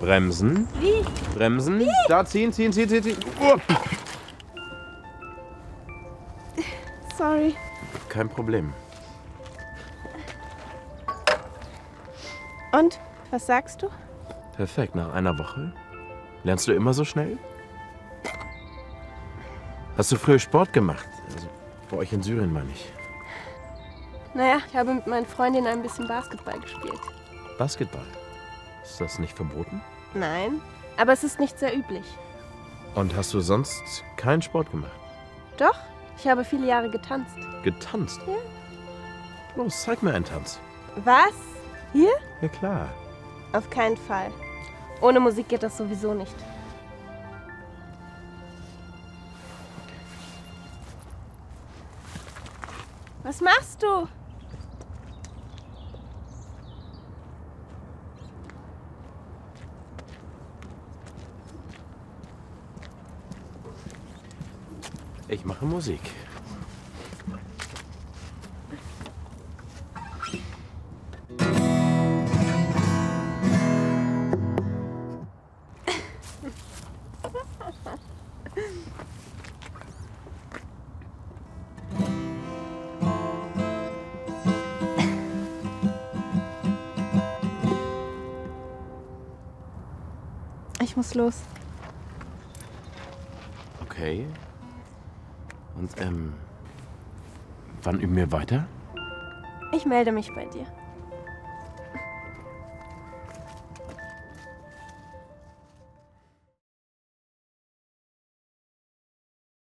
Bremsen. Wie? Bremsen. Da ziehen, ziehen, ziehen, ziehen, ziehen. Uah. Sorry. Kein Problem. Und? Was sagst du? Perfekt, nach einer Woche? Lernst du immer so schnell? Hast du früher Sport gemacht? Also bei euch in Syrien meine ich. Naja, ich habe mit meinen Freundinnen ein bisschen Basketball gespielt. Basketball. Ist das nicht verboten? Nein, aber es ist nicht sehr üblich. Und hast du sonst keinen Sport gemacht? Doch, ich habe viele Jahre getanzt. Getanzt? Ja. Los, zeig mir einen Tanz. Was? Hier? Ja klar. Auf keinen Fall. Ohne Musik geht das sowieso nicht. Was machst du? Ich mache Musik. Ich muss los. Okay. Und ähm, wann üben wir weiter? Ich melde mich bei dir.